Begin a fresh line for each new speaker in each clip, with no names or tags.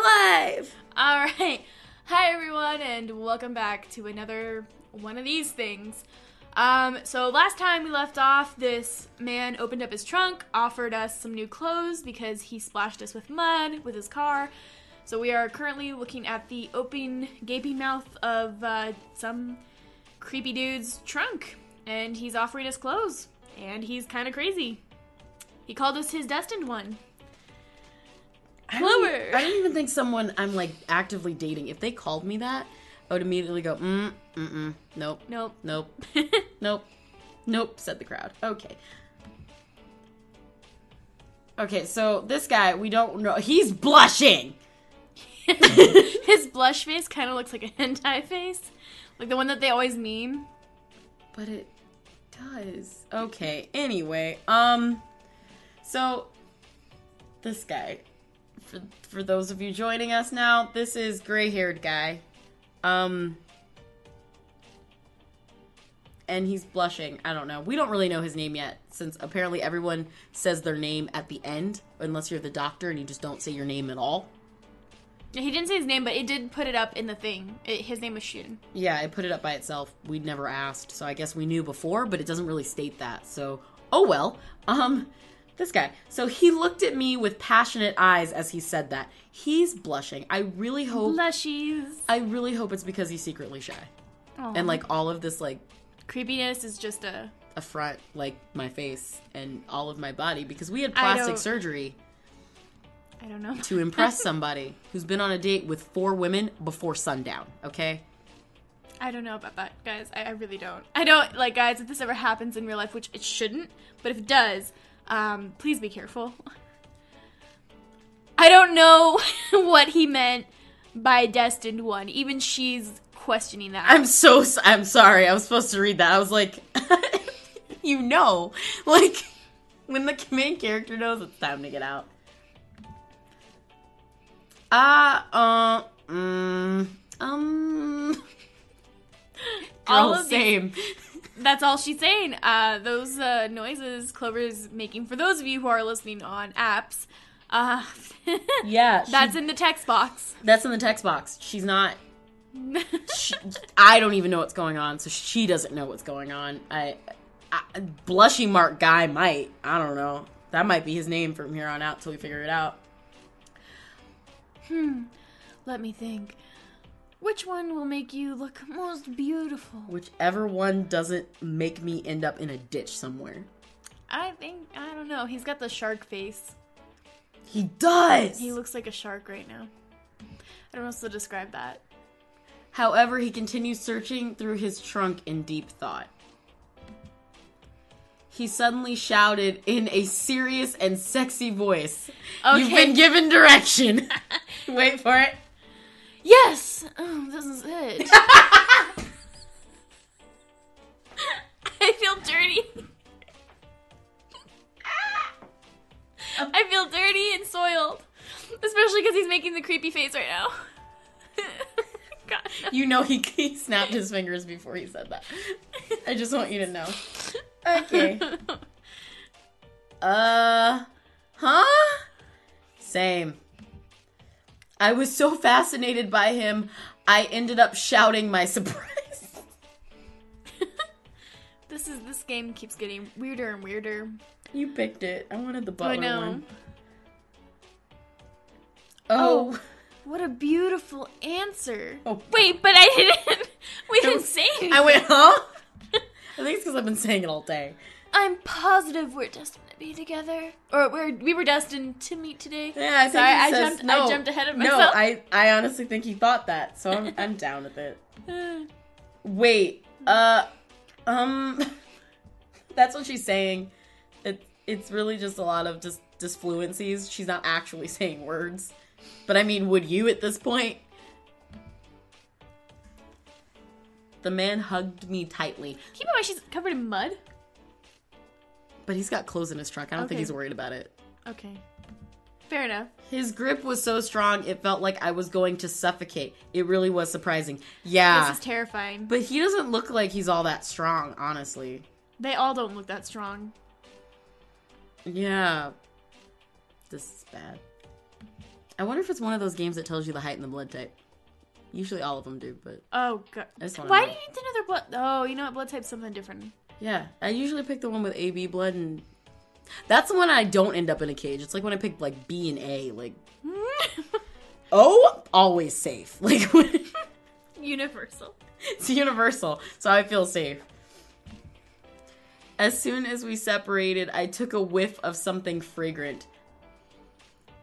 live.
All right. Hi, everyone, and welcome back to another one of these things. Um, so, last time we left off, this man opened up his trunk, offered us some new clothes because he splashed us with mud with his car. So, we are currently looking at the open, gaping mouth of uh, some creepy dude's trunk, and he's offering us clothes, and he's kind of crazy. He called us his destined one.
I don't,
Plumber.
I don't even think someone I'm like actively dating. If they called me that, I would immediately go, mm, mm, mm, nope,
Nope.
nope, nope, nope. Said the crowd. Okay. Okay, so this guy, we don't know. He's blushing.
His blush face kind of looks like a hentai face, like the one that they always meme.
But it does. Okay. Anyway, um so this guy for for those of you joining us now, this is gray-haired guy. Um and he's blushing. I don't know. We don't really know his name yet since apparently everyone says their name at the end unless you're the doctor and you just don't say your name at all.
He didn't say his name, but it did put it up in the thing. It, his name was Shun.
Yeah, I put it up by itself. We'd never asked, so I guess we knew before, but it doesn't really state that. So, oh well. Um, this guy. So he looked at me with passionate eyes as he said that. He's blushing. I really hope.
Blushies.
I really hope it's because he's secretly shy,
Oh.
and like all of this like
creepiness is just a.
affront, like my face and all of my body, because we had
I
plastic
don't-
surgery
I don't know.
to impress somebody who's been on a date with four women before sundown. Okay.
I don't know about that, guys. I, I really don't. I don't like, guys. If this ever happens in real life, which it shouldn't, but if it does, um, please be careful. I don't know what he meant by destined one. Even she's questioning that.
I'm so s- I'm sorry. I was supposed to read that. I was like, you know, like when the main character knows it's time to get out. Ah, uh, mm, um,
All
girl,
of these-
same.
that's all she's saying. Uh, those uh, noises Clover's making for those of you who are listening on apps. Uh,
Yeah,
that's in the text box.
that's in the text box. She's not. She, I don't even know what's going on, so she doesn't know what's going on. I, I blushy mark guy might. I don't know. That might be his name from here on out till we figure it out.
Let me think. Which one will make you look most beautiful?
Whichever one doesn't make me end up in a ditch somewhere.
I think I don't know. He's got the shark face.
He does.
He looks like a shark right now. I don't know how to describe that.
However, he continues searching through his trunk in deep thought. He suddenly shouted in a serious and sexy voice, "You've
Okay.
been given direction." Wait for it.
Yes. Oh, this is it. I feel dirty. I feel dirty and soiled, especially because he's making the creepy face right now. God, no.
You know he, he snapped his fingers before he said that. I just want you to know. Okay. Uh, huh? Same. I was so fascinated by him, I ended up shouting my surprise.
this is this game keeps getting weirder and weirder.
You picked it. I wanted the
Oh, I
butler
know.
one. Oh,
What a beautiful answer.
Oh.
Wait, but I didn't. We didn't
was-
say anything.
I went, huh? I think it's because I've been saying it all day.
I'm positive we're destined to be together, or we're we were destined to meet today.
Yeah, I think
Sorry,
he
I
says
jumped- I
no.
jumped ahead of
No,
myself.
I, I honestly think he thought that, so I'm, I'm down with it. Wait, uh, um, that's what she's saying. It, it's really just a lot of just disfluencies. She's not actually saying words. But I mean, would you at this point? The man hugged me tightly,
Keep in mind she's covered in mud.
but he's got clothes in his trunk. I don't think
Okay.
he's worried about it.
Okay, fair enough.
His grip was so strong, it felt like I was going to suffocate. It really was surprising. Yeah.
This is terrifying.
but he doesn't look like he's all that strong, honestly.
They all don't look that strong.
Yeah. This is bad. I wonder if it's one of those games that tells you the height and the blood type. Usually all of them do, but
Oh god.
I just wanna
Why
know.
do you need to know their blood? Oh, you know what? Blood type's something different.
yeah, I usually pick the one with A B blood, and that's the one I don't end up in a cage. It's like when I pick like B and A, like
Oh!
O always safe. Like
Universal.
it's universal, so I feel safe. As soon as we separated, I took a whiff of something fragrant.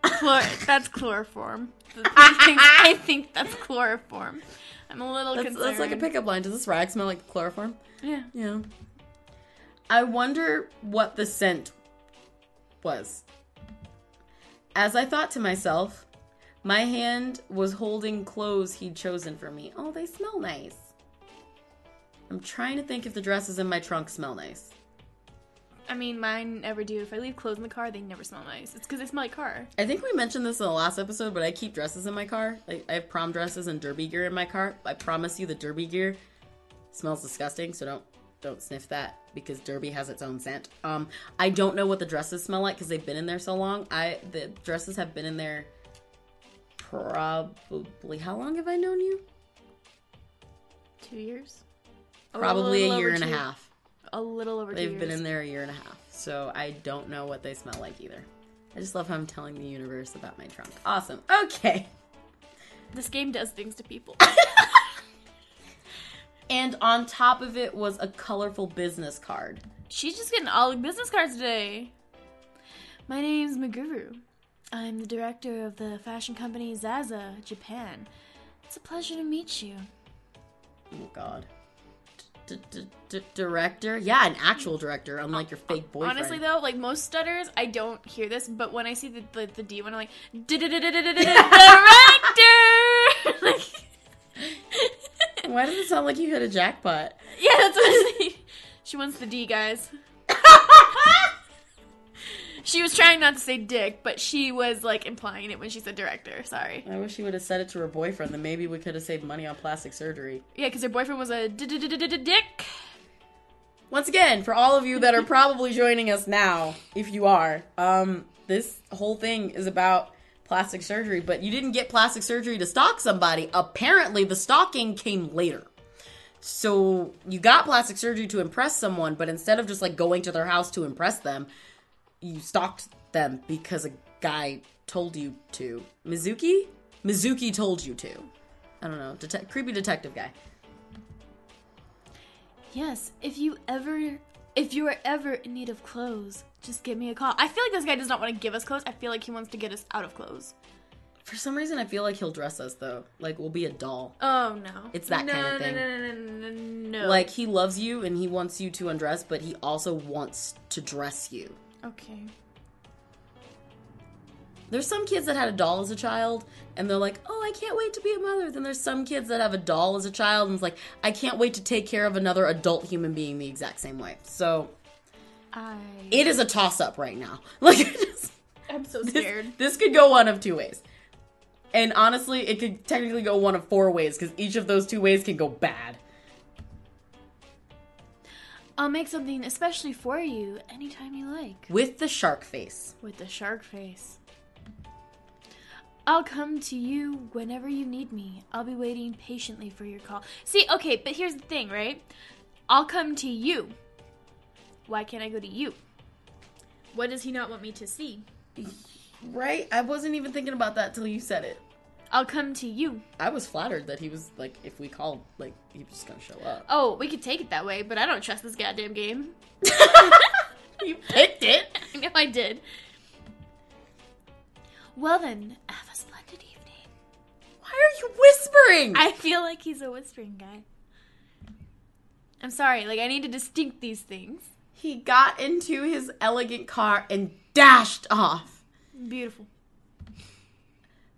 Chlor- that's chloroform. I think, I think that's chloroform. I'm a little
That's,
concerned.
that's like a pickup line. Does this rag smell like chloroform?
Yeah.
Yeah. I wonder what the scent was. As I thought to myself, my hand was holding clothes he'd chosen for me. Oh, they smell nice. I'm trying to think if the dresses in my trunk smell nice.
I mean, mine never do. If I leave clothes in the car, they never smell nice. It's because they smell like car.
I think we mentioned this in the last episode, but I keep dresses in my car. Like I have prom dresses and derby gear in my car. I promise you the derby gear smells disgusting, so don't don't sniff that because derby has its own scent. Um I don't know what the dresses smell like cuz they've been in there so long. I the dresses have been in there probably how long have I known you?
Two years? Or
Probably a,
little
year
over
and a
two-
half.
A little over
They've
two
been
years.
in there a year and a half. So I don't know what they smell like either. I just love how I'm telling the universe about my trunk. Awesome. Okay.
This game does things to people.
And on top of it was a colorful business card.
She's just getting all the business cards today. My name's Maguru. I'm the director of the fashion company Zaza, Japan. It's a pleasure to meet you.
Oh God. D- d- d- Director? Yeah, an actual director, unlike your fake boyfriend.
Honestly, though, like most stutters, I don't hear this, but when I see the the, the D one, I'm like, director. Like,
why does it sound like you hit a jackpot?
yeah, that's what I see. She wants the D, guys. She was trying not to say dick, but she was like implying it when she said director. Sorry.
I wish you would have said it to her boyfriend. Then maybe we could have saved money on plastic surgery.
Yeah, because her boyfriend was a dick.
Once again, for all of you that are probably joining us now, if you are, um, this whole thing is about plastic surgery. But you didn't get plastic surgery to stalk somebody. Apparently, the stalking came later. So you got plastic surgery to impress someone, but instead of just like going to their house to impress them, you stalked them because a guy told you to. Mizuki? Mizuki told you to. I don't know. Detec- creepy detective guy.
Yes, if you ever, if you are ever in need of clothes, just give me a call. I feel like this guy does not want to give us clothes. I feel like he wants to get us out of clothes.
For some reason, I feel like he'll dress us though. Like we'll be a doll.
Oh no,
It's that
no,
kinda
no,
thing.
No, no, no, no, no.
Like he loves you and he wants you to undress, but he also wants to dress you.
okay,
There's some kids that had a doll as a child and they're like, "Oh, I can't wait to be a mother." Then there's some kids that have a doll as a child and it's like, "I can't wait to take care of another adult human being the exact same way." So,
I.
it is a toss up right now. Like it just,
I'm so
this,
scared.
this could go one of two ways. And honestly, it could technically go one of four ways cuz each of those two ways can go bad.
I'll make something especially for you anytime you like.
With the shark face.
With the shark face. I'll come to you whenever you need me. I'll be waiting patiently for your call. See, okay, but here's the thing, right? I'll come to you. Why can't I go to you? What does he not want me to see?
Right? I wasn't even thinking about that till you said it.
I'll come to you.
I was flattered that he was like, if we called, like he was just gonna show up.
Oh, we could take it that way, but I don't trust this goddamn game.
you picked it.
I know I did. Well then, have a splendid evening.
Why are you whispering?
I feel like he's a whispering guy. I'm sorry, like I need to distinct these things.
he got into his elegant car and dashed off.
Beautiful.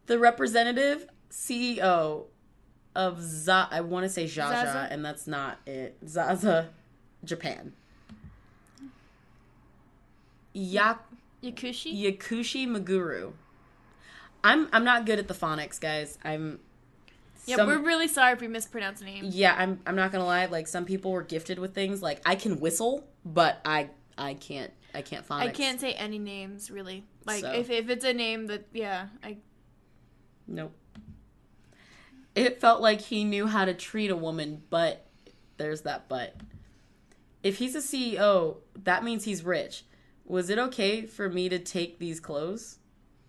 The representative CEO of Za, I want to say Zaza,
Zaza?
and that's not it. Zaza, Japan. Yak.
Yakushi?
Yakushi Maguru. I'm I'm not good at the phonics, guys. I'm
Yeah,
some-
we're really sorry if we mispronounce names.
yeah, I'm I'm not gonna lie. Like some people were gifted with things. Like I can whistle, but I I can't I can't phonics.
I can't say any names really. Like
So.
if, if it's a name that yeah, I
Nope. It felt like he knew how to treat a woman, but there's that but. If he's a CEO, that means he's rich. Was it okay for me to take these clothes?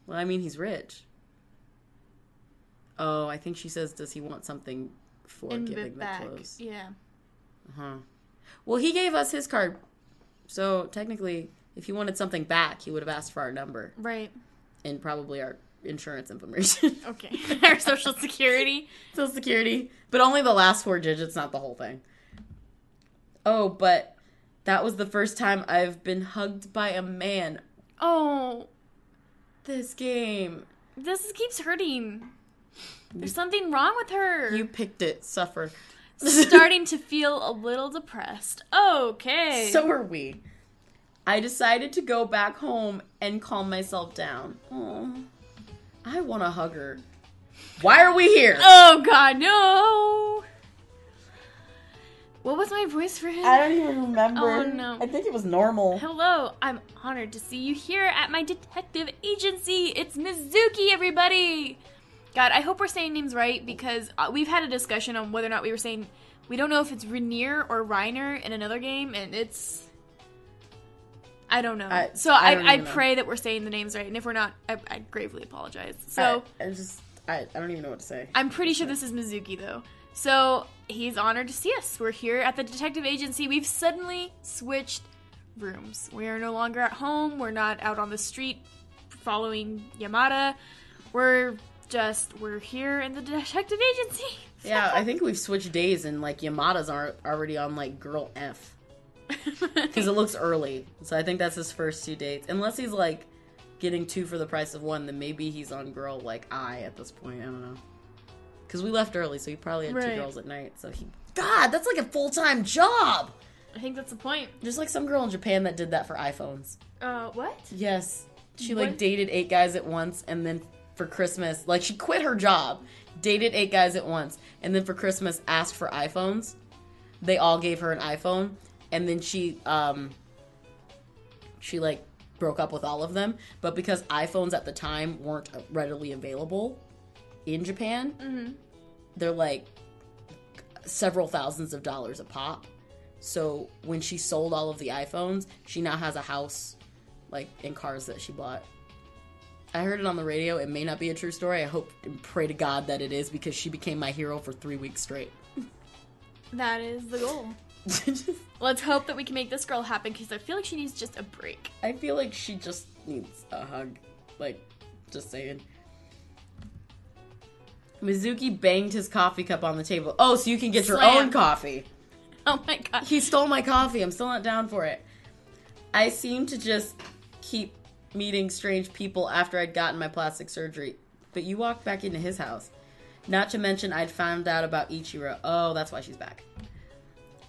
Well, I mean, he's rich. Oh, I think she says, does he want something for
in the
giving the
back.
clothes?
Yeah.
Huh. Well, he gave us his card. So technically, if he wanted something back, he would have asked for our number
Right.
and probably our insurance information,
Okay. Our social security.
social security, but only the last four digits, not the whole thing. Oh, but that was the first time I've been hugged by a man
Oh,
this game.
this is- keeps hurting. There's something wrong with her.
You picked it, suffer.
starting to feel a little depressed. Okay.
so are we. I decided to go back home and calm myself down. Oh, I want to hug her. Why are we here?
Oh god, no. What was my voice for him?
I don't even remember.
Oh, no.
I think it was normal.
Hello, I'm honored to see you here at my detective agency. It's Mizuki, everybody. God, I hope we're saying names right because uh, we've had a discussion on whether or not we were saying we don't know if it's Rainier or Reiner in another game, and it's I don't know.
I-
so
I
I,
don't
I,
even know.
pray that we're saying the names right, and if we're not, I, I gravely apologize. So.
I, I just I, I don't even know what to say.
I'm pretty sure this is Mizuki though. So he's honored to see us. We're here at the detective agency. We've suddenly switched rooms. We are no longer at home. We're not out on the street following Yamada. We're just we're here in the detective agency.
yeah, I think we've switched days and like Yamada's are already on like girl F because it looks early. So I think that's his first two dates. Unless he's like getting two for the price of one, then maybe he's on girl like I at this point. I don't know. Because we left early, so he probably had
Right.
two girls at night. So he God, that's like a full time job.
I think that's the point.
There's like some girl in Japan that did that for iPhones.
Uh, what?
Yes. She like
What?
dated eight guys at once and then for Christmas, like she quit her job, dated eight guys at once, and then for Christmas asked for iPhones. They all gave her an iPhone and then she um she like broke up with all of them, but because iPhones at the time weren't readily available in Japan, they're like several thousands of dollars a pop. So when she sold all of the iPhones, she now has a house like in cars that she bought. I heard it on the radio. It may not be a true story. I hope and pray to God that it is because she became my hero for three weeks straight.
That is the goal. Let's hope that we can make this girl happen because I feel like she needs just a break.
I feel like she just needs a hug. Like, just saying. Mizuki banged his coffee cup on the table. Oh, so you can get your
Slam.
own coffee.
Oh my god.
He stole my coffee. I'm still not down for it. I seem to just keep meeting strange people after I'd gotten my plastic surgery. But you walked back into his house. Not to mention, I'd found out about Ichiro. Oh, that's why she's back.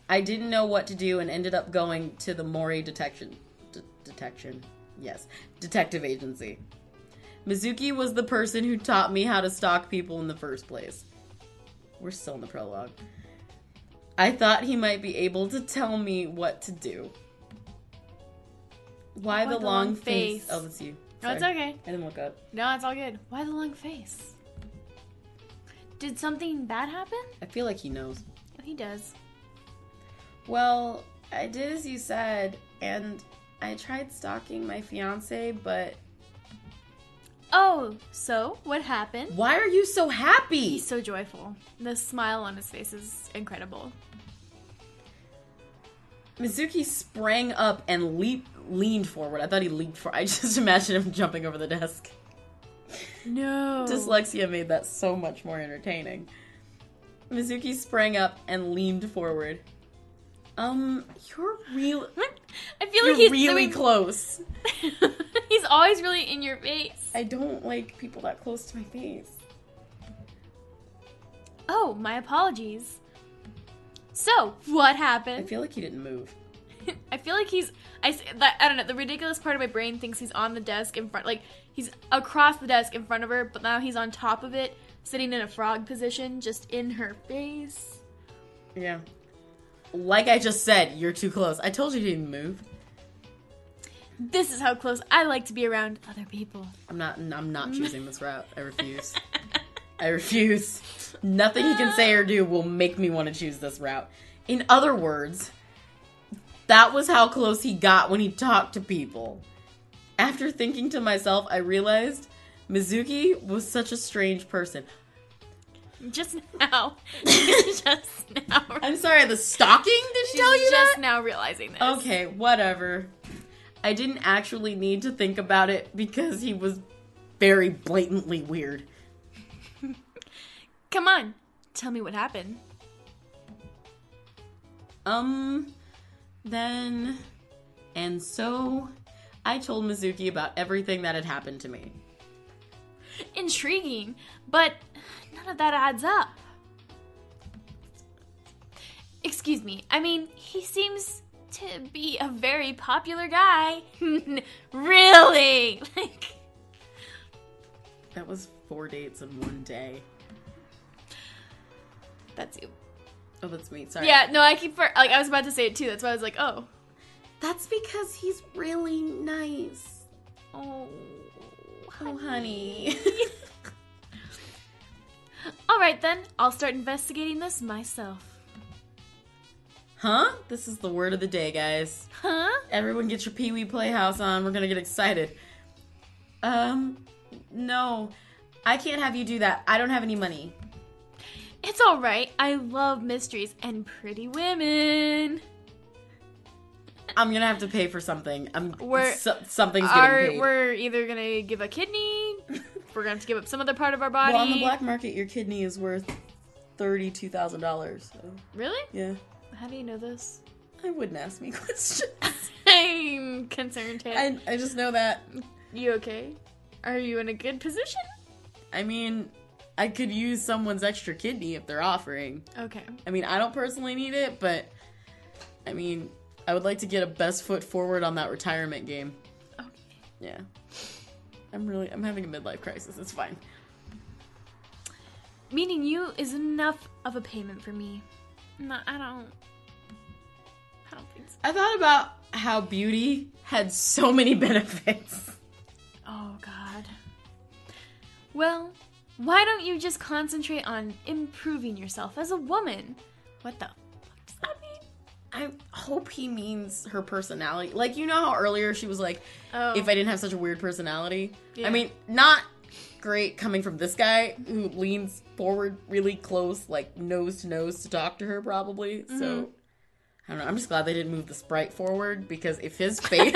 I didn't know what to do and ended up going to the Mori detection. D- detection. Yes. Detective agency. Mizuki was the person who taught me how to stalk people in the first place. We're still in the prologue. I thought he might be able to tell me what to do. Why, the, long, face? Oh, that's you.
No, it's
Sorry.
okay.
I didn't look up.
No, it's all good. Why the long face? Did something bad happen?
I feel like he knows.
Oh, he does.
Well, I did as you said, and I tried stalking my fiance, but
Oh, so what happened?
why are you so happy?
He's so joyful. The smile on his face is incredible.
Mizuki sprang up and leap leaned forward. I thought he leaped for. I just imagine him jumping over the desk.
No.
Dyslexia made that so much more entertaining. Mizuki sprang up and leaned forward. Um, you're real.
I feel
You're
like he's
really
doing-
close.
he's always really in your face.
I don't like people that close to my face.
Oh, my apologies. So,
I
what happened?
feel like he didn't move.
I feel like he's I s- that, I don't know the ridiculous part of my brain thinks he's on the desk in front like he's across the desk in front of her but now he's on top of it sitting in a frog position just in her face.
Yeah. Like I just said, you're too close. I told you you didn't move.
This is how close I like to be around other people.
I'm not. I'm not choosing this route. I refuse. I refuse. Nothing he can say or do will make me want to choose this route. In other words, that was how close he got when he talked to people. After thinking to myself, I realized Mizuki was such a strange person.
Just now. just now.
I'm sorry, the stalking didn't
She's
tell you
just
that?
now realizing this.
Okay, whatever. I didn't actually need to think about it because he was very blatantly weird.
Come on. Tell me what happened.
Um, then. And so, I told Mizuki about everything that had happened to me.
Intriguing, but none of that adds up. Excuse me. I mean, he seems to be a very popular guy. really? Like
That was four dates in one day.
that's you.
Oh, that's me. Sorry.
Yeah, no, I keep for, like I was about to say it too. That's why I was like, "Oh.
That's because he's really nice.
Oh.
Oh, honey.
All right then. I'll start investigating this myself."
huh? This is the word of the day, guys.
Huh?
Everyone get your Pee Wee Playhouse on. We're gonna get excited. Um, no. I can't have you do that. I don't have any money.
It's all right. I love mysteries and pretty women.
I'm gonna have to pay for something. I'm
We're-
so- something's getting
Our,
paid.
we're either gonna give a kidney, we're gonna have to give up some other part of our body.
Well, on the black market, your kidney is worth thirty-two thousand dollars. So
Really?
yeah,
How do you know this?
I wouldn't ask me questions.
I'm concerned. Ted.
I I just know that.
you okay? Are you in a good position?
I mean, I could use someone's extra kidney if they're offering.
Okay.
I mean, I don't personally need it, but I mean, I would like to get a best foot forward on that retirement game.
Okay.
Yeah. I'm really I'm having a midlife crisis. It's fine.
Meeting you is enough of a payment for me. No, I don't. I don't think so.
I thought about how beauty had so many benefits.
Oh, God. Well, why don't you just concentrate on improving yourself as a woman? What the fuck does that mean?
I hope he means her personality. Like you know how earlier she was like,
Oh.
if I didn't have such a weird personality.
Yeah.
I mean, not great coming from this guy who leans forward really close, like nose to nose to talk to her, probably.
Mm-hmm.
So I don't know. I'm just glad they didn't move the sprite forward because if his face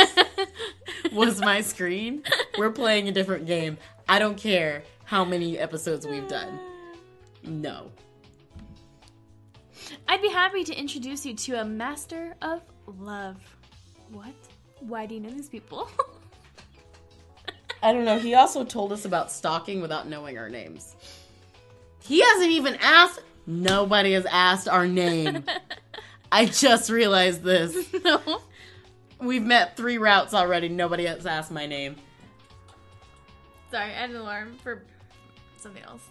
was my screen, we're playing a different game. I don't care how many episodes we've done. No.
I'd be happy to introduce you to a master of love. What? Why do you know these people?
I don't know. He also told us about stalking without knowing our names. He hasn't even asked. Nobody has asked our name. I just realized this.
no.
We've met three routes already. Nobody has asked my name.
Sorry, I had an alarm for something else.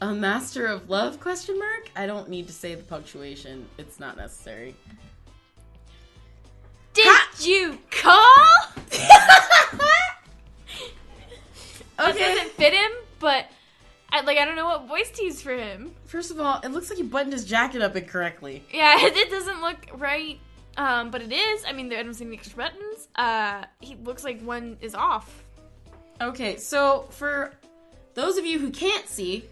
A master of love? Question mark. I don't need to say the punctuation. It's not necessary.
Did you call? This
okay.
doesn't fit him, but I like I don't know what voice to use for him.
First of all, it looks like he buttoned his jacket up incorrectly.
Yeah, it doesn't look right. Um, but it is. I mean, there- I don't see any extra buttons. Uh, he looks like one is off.
Okay, so for those of you who can't see,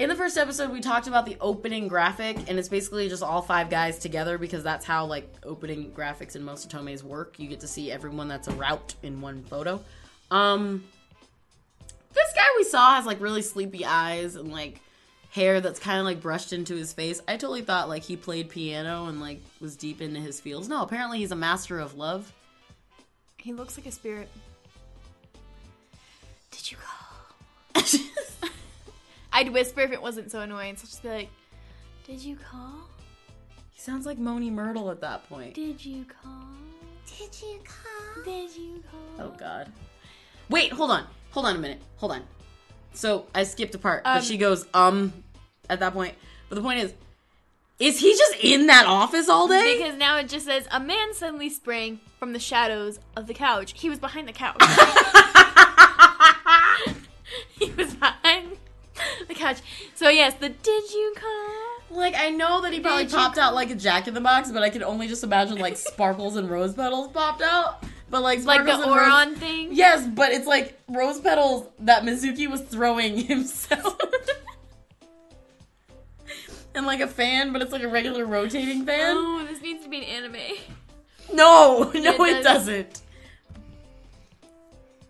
in the first episode we talked about the opening graphic, and it's basically just all five guys together because that's how like opening graphics in most Otome's work. You get to see everyone that's a route in one photo. Um This guy we saw has like really sleepy eyes and like hair that's kind of like brushed into his face. I totally thought like he played piano and like was deep into his fields. No, apparently he's a master of love.
He looks like a spirit. Did you call? I'd whisper if it wasn't so annoying. So I'd just be like, "Did you call?
He sounds like Moni Myrtle at that point.
Did you call? Did you call? Did you call?"
Oh God. Wait, hold on, hold on a minute, hold on. So I skipped a part,
Um,
but she goes um at that point. But the point is, is he just in that office all day?
Because now it just says a man suddenly sprang from the shadows of the couch. He was behind the couch. he was. Not, couch. So yes, the did you call?
Like I know that he probably
Did you
popped out like a jack in the box, but I can only just imagine like sparkles and rose petals popped out. But like
Like the
sparkles and rose-
Oron thing?
Yes, but it's like rose petals that Mizuki was throwing himself. and like a fan, but it's like a regular rotating fan.
Oh, this needs to be an anime.
No, no,
It
it
does.
doesn't.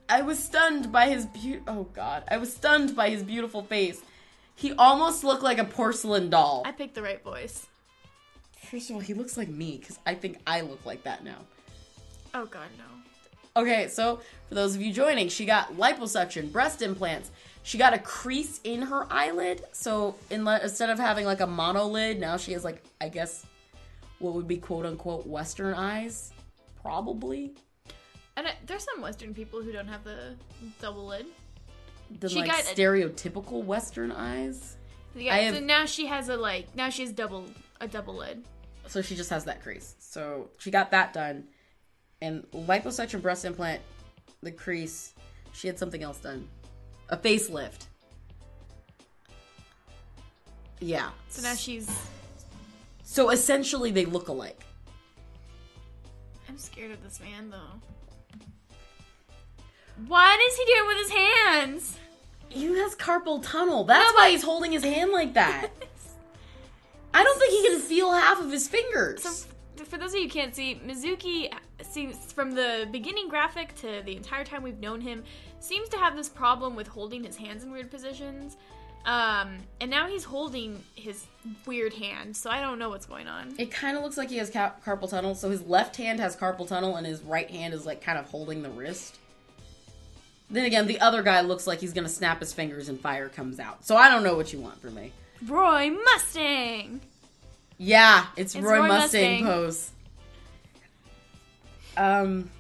I was stunned by his beauty. Oh God, I was stunned by his beautiful face. He almost looked like a porcelain doll.
I picked the right voice.
First of all, he looks like me because I think I look like that now.
Oh god, no.
Okay, so for those of you joining, she got liposuction, breast implants. She got a crease in her eyelid, so in, instead of having like a monolid, now she has like I guess what would be quote unquote Western eyes, probably.
And I, there's some Western people who don't have the double lid.
than
She
like
got a-
stereotypical Western eyes.
Yeah,
I
so
have-
now she has a like now she has double a double lid.
So she just has that crease. So she got that done, and liposuction, breast implant, the crease. She had something else done, a facelift. Yeah.
So now she's
So essentially, they look alike.
I'm scared of this man though. What is he doing with his hands?
He has carpal tunnel. That's why he's holding his hand like that. I don't think he can feel half of his fingers.
So, f- for those of you who can't see, Mizuki seems, from the beginning graphic to the entire time we've known him, seems to have this problem with holding his hands in weird positions. Um, and now he's holding his weird hand, so I don't know what's going on.
It kind of looks like he has ca- carpal tunnel. So his left hand has carpal tunnel, and his right hand is like kind of holding the wrist. Then again, the other guy looks like he's gonna snap his fingers and fire comes out. So I don't know what you want from me.
Roy Mustang!
Yeah, it's,
It's
Roy,
Roy
Mustang,
Mustang.
pose. Um,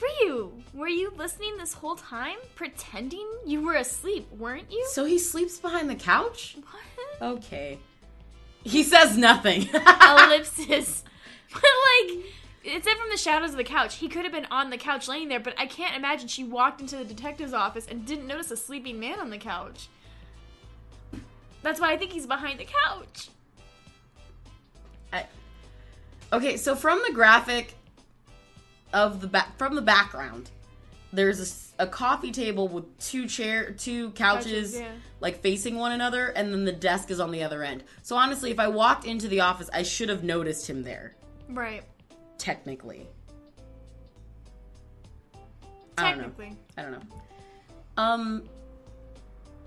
Ryu, were you listening this whole time? Pretending you were asleep, weren't you?
so he sleeps behind the couch.
What?
Okay, he says nothing.
Ellipsis. but, like, it said from the shadows of the couch. He could have been on the couch laying there, but I can't imagine she walked into the detective's office and didn't notice a sleeping man on the couch. That's why I think he's behind the couch.
I, okay, so from the graphic of the back from the background, there's a s- a, coffee table with two chair, two couches,
Couches, yeah.
like facing one another, and then the desk is on the other end. So honestly, if I walked into the office, I should have noticed him there.
Right.
Technically, I don't know.
Technically.
I don't know. Um,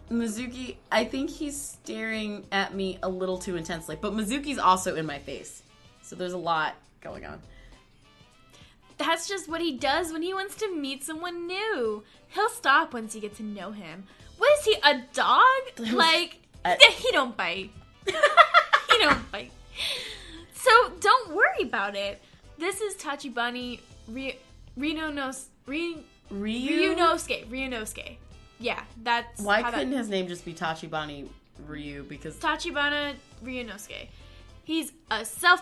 Mizuki, I think he's staring at me a little too intensely, but Mizuki's also in my face, so there's a lot going on.
That's just what he does when he wants to meet someone new. He'll stop once you get to know him. What is he, a dog? Like,
I-
th- he don't bite. he don't bite. So don't worry about it. This is Tachibani Ri- Rino Nos- Ri-
Ryu.
Ryunosuke. Ryunosuke. Yeah, that's
Why
how that-
couldn't his name just be Tachibana Ryu? Because
Tachibana Ryunosuke. He's a self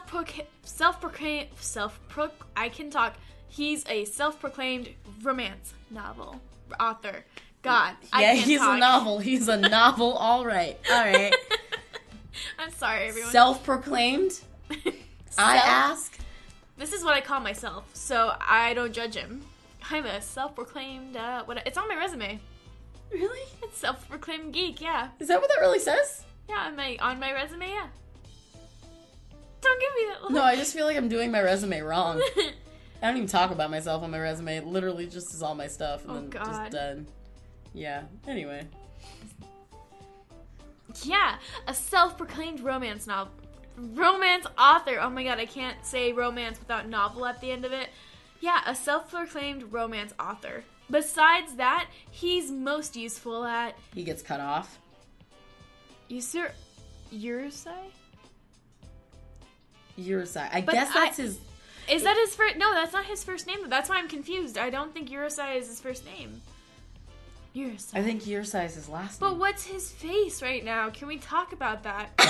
self proclaimed self proc I can talk. He's a self proclaimed romance novel author. God, I
yeah,
can't
he's
talk.
a novel. He's a novel. All right, all right.
I'm sorry, everyone.
Self-proclaimed. I
Self-
ask.
This is what I call myself, so I don't judge him. I'm a self-proclaimed. Uh, what? It's on my resume.
Really?
It's self-proclaimed geek. Yeah,
Is that what that really says?
yeah. On my on my resume. Yeah. Don't give me that. Look.
No, I just feel like I'm doing my resume wrong. I don't even talk about myself on my resume. It literally just is all my stuff and
Oh,
then
God.
just done. Yeah. Anyway.
Yeah, a self-proclaimed romance novel. Romance author. Oh my god, I can't say romance without novel at the end of it. Yeah, a self-proclaimed romance author. Besides that, he's most useful at
He gets cut off.
Yusur Yurusai?
You're aside. I
But
guess
I-
that's his
Is that his first No, that's not his first name. That's why I'm confused. I don't think Yurusai is his first name. Yurusai.
I think your size is last.
But what's his face right now? Can we talk about that?
name.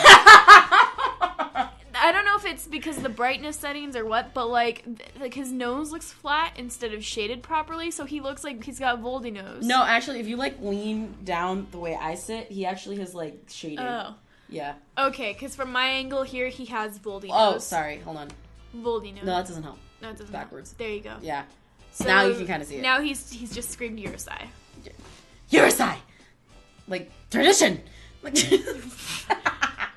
I don't know if it's because of the brightness settings or what, but like, th- like his nose looks flat instead of shaded properly, so he looks like he's got a Voldy nose.
No, actually, if you like lean down the way I sit, he actually has like shaded.
Oh.
Yeah.
Okay, because from my angle here, he has Voldy
Oh,
nose.
sorry. Hold on.
Voldy nose.
No, that doesn't help.
No, it doesn't.
backwards.
There you go.
Yeah.
So
now you can kind of see it.
Now he's he's just screamed Urasai.
Urasai! Like, tradition! Like,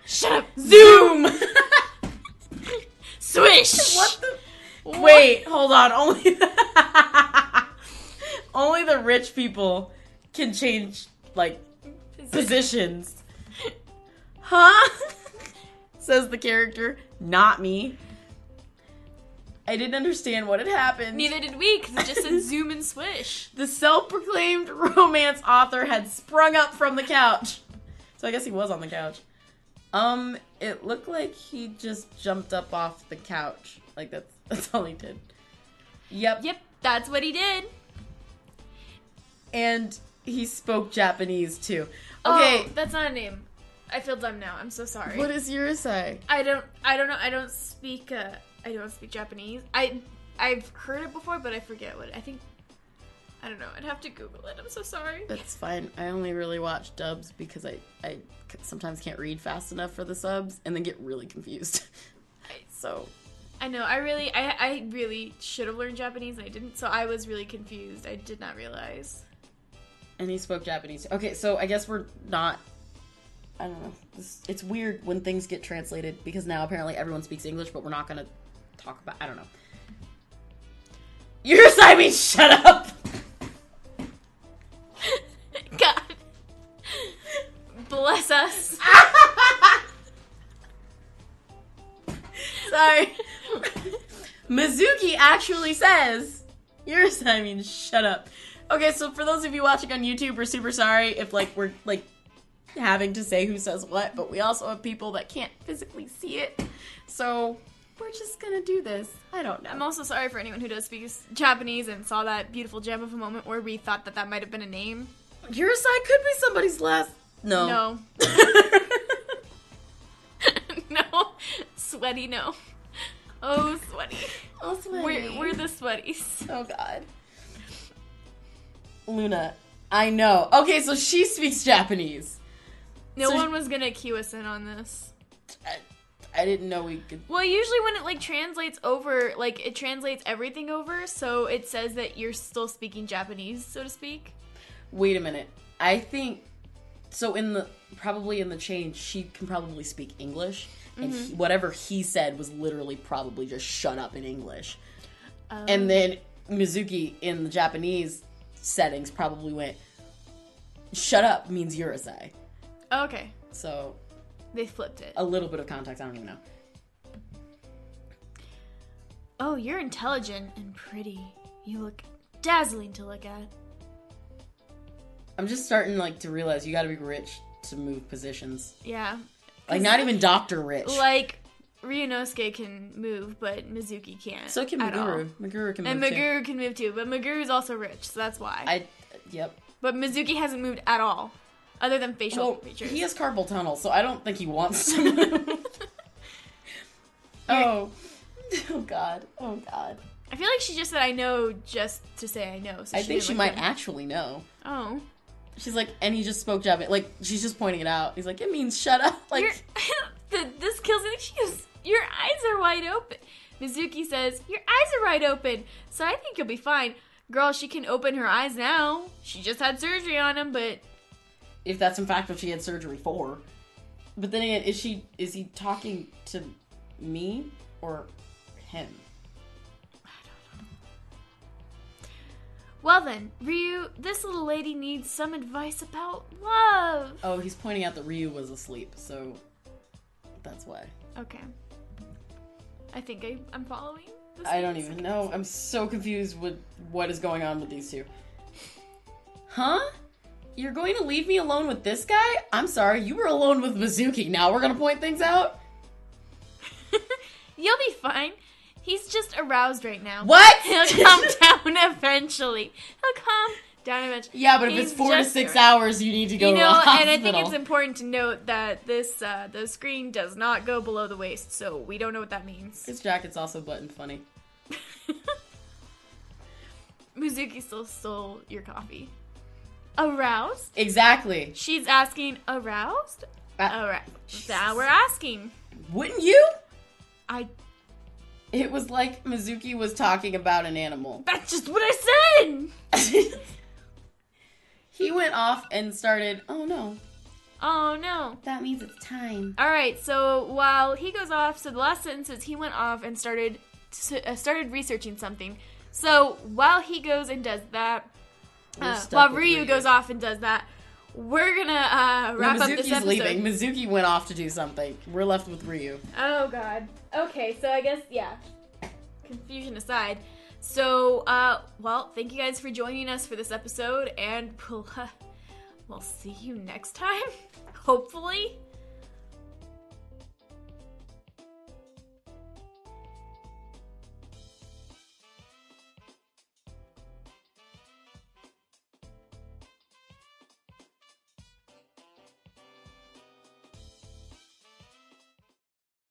Shut up.
Zoom!
Swish.
what the?
What?
Wait, hold on. Only only the rich people can change like positions. Huh? Says the character, not me. I didn't understand what had happened.
Neither did we, because it just said zoom and swish.
The self-proclaimed romance author had sprung up from the couch. So I guess he was on the couch. Um, it looked like he just jumped up off the couch. Like that's that's all he did. Yep.
Yep, that's what he did.
And he spoke Japanese too.
Oh,
Okay.
that's not a name. I feel dumb now. I'm so sorry.
What is Yurusei?
I don't. I don't know. I don't speak. Uh, I don't speak Japanese. I I've heard it before, but I forget what. I think. I don't know. I'd have to Google it. I'm so sorry.
That's fine. I only really watch dubs because I I c- sometimes can't read fast enough for the subs and then get really confused. so
I know. I really. I I really should have learned Japanese, and I didn't. So I was really confused. I did not realize.
And he spoke Japanese. Okay, so I guess we're not. I don't know. This, it's weird when things get translated because now apparently everyone speaks English, but we're not gonna talk about. I don't know. You're Simon. Shut up.
God. Bless us.
Sorry. Mizuki actually says, "You're Simon. Shut up." Okay, so for those of you watching on YouTube, we're super sorry if like we're like having to say who says what, but we also have people that can't physically see it, so we're just gonna do this. I don't know.
I'm also sorry for anyone who does speak Japanese and saw that beautiful gem of a moment where we thought that that might have been a name.
Your side could be somebody's last. No.
No. no. Sweaty, no. Oh, sweaty. We're, we're the sweaties.
oh God. Luna, I know. Okay, so she speaks Japanese.
No
So-
one was gonna cue us in on this.
I, I didn't know we could.
Well, usually when it like translates over, like it translates everything over, so it says that you're still speaking Japanese, so to speak.
Wait a minute. I think so. In the probably in the change, she can probably speak English, and he,
Mm-hmm.
whatever he said was literally probably just shut up in English.
Um,
And then Mizuki in the Japanese settings probably went, "Shut up" means Urasai.
oh, okay,
So
they flipped it.
a little bit of context. I don't even know.
Oh, you're intelligent and pretty. You look dazzling to look at.
I'm just starting like to realize you got to be rich to move positions.
Yeah,
Like not even Doctor Rich.
like Ryunosuke can move, but Mizuki can't.
so can
at all.
Maguru. Maguru can
And
move too.
Maguru can move too, but Maguru's also rich, so that's why.
I yep.
but Mizuki hasn't moved at all, other than facial
Well,
features.
he has carpal tunnel, so I don't think he wants to move. oh. Oh god. Oh god.
I feel like she just said, "I know," just to say "I know." So
I think
didn't
she
look
might
at-
actually know.
Oh,
She's like, and he just spoke Japanese. Like, she's just pointing it out. He's like, it means shut up. Like,
Your- the, this kills me. She goes, "Your eyes are wide open." Mizuki says, "Your eyes are wide open, so I think you'll be fine." Girl, she can open her eyes now. She just had surgery on him, but
if that's in fact what she had surgery for. But then again, is she is he talking to me or him?
well then, Ryu, this little lady needs some advice about love.
Oh, he's pointing out that Ryu was asleep, so that's why.
Okay. I think I, I'm following. This
I don't
makes
even
sense.
know. I'm so confused with what is going on with these two. Huh? You're going to leave me alone with this guy? I'm sorry, you were alone with Mizuki. Now we're gonna point things out?
You'll be fine. He's just aroused right now.
What?
He'll calm down eventually. He'll calm down a bench.
Yeah, but if
He's
it's four to
just-
six hours, you need to go
You
to a
know, and I think
hospital.
it's important to note that this uh, the screen does not go below the waist, so we don't know what that means.
His jacket's also button funny.
Mizuki still stole your coffee. Aroused?
Exactly.
She's asking aroused.
Uh,
All right, now we're asking.
wouldn't you?
I.
It was like Mizuki was talking about an animal.
That's just what I said.
he went off and started, oh no,
Oh no.
that means it's time.
All right. So while he goes off, so the last sentence is he went off and started to, uh, started researching something. So while he goes and does that,
We're
uh,
stuck
while
with
Ryu
Ryu.
goes off and does that, we're gonna uh,
Now,
wrap up this
Mizuki's
episode.
leaving. Mizuki went off to do something. We're left with Ryu.
Oh god. Okay, so I guess yeah. Confusion aside. So uh well, thank you guys for joining us for this episode and we'll, uh, we'll see you next time. Hopefully.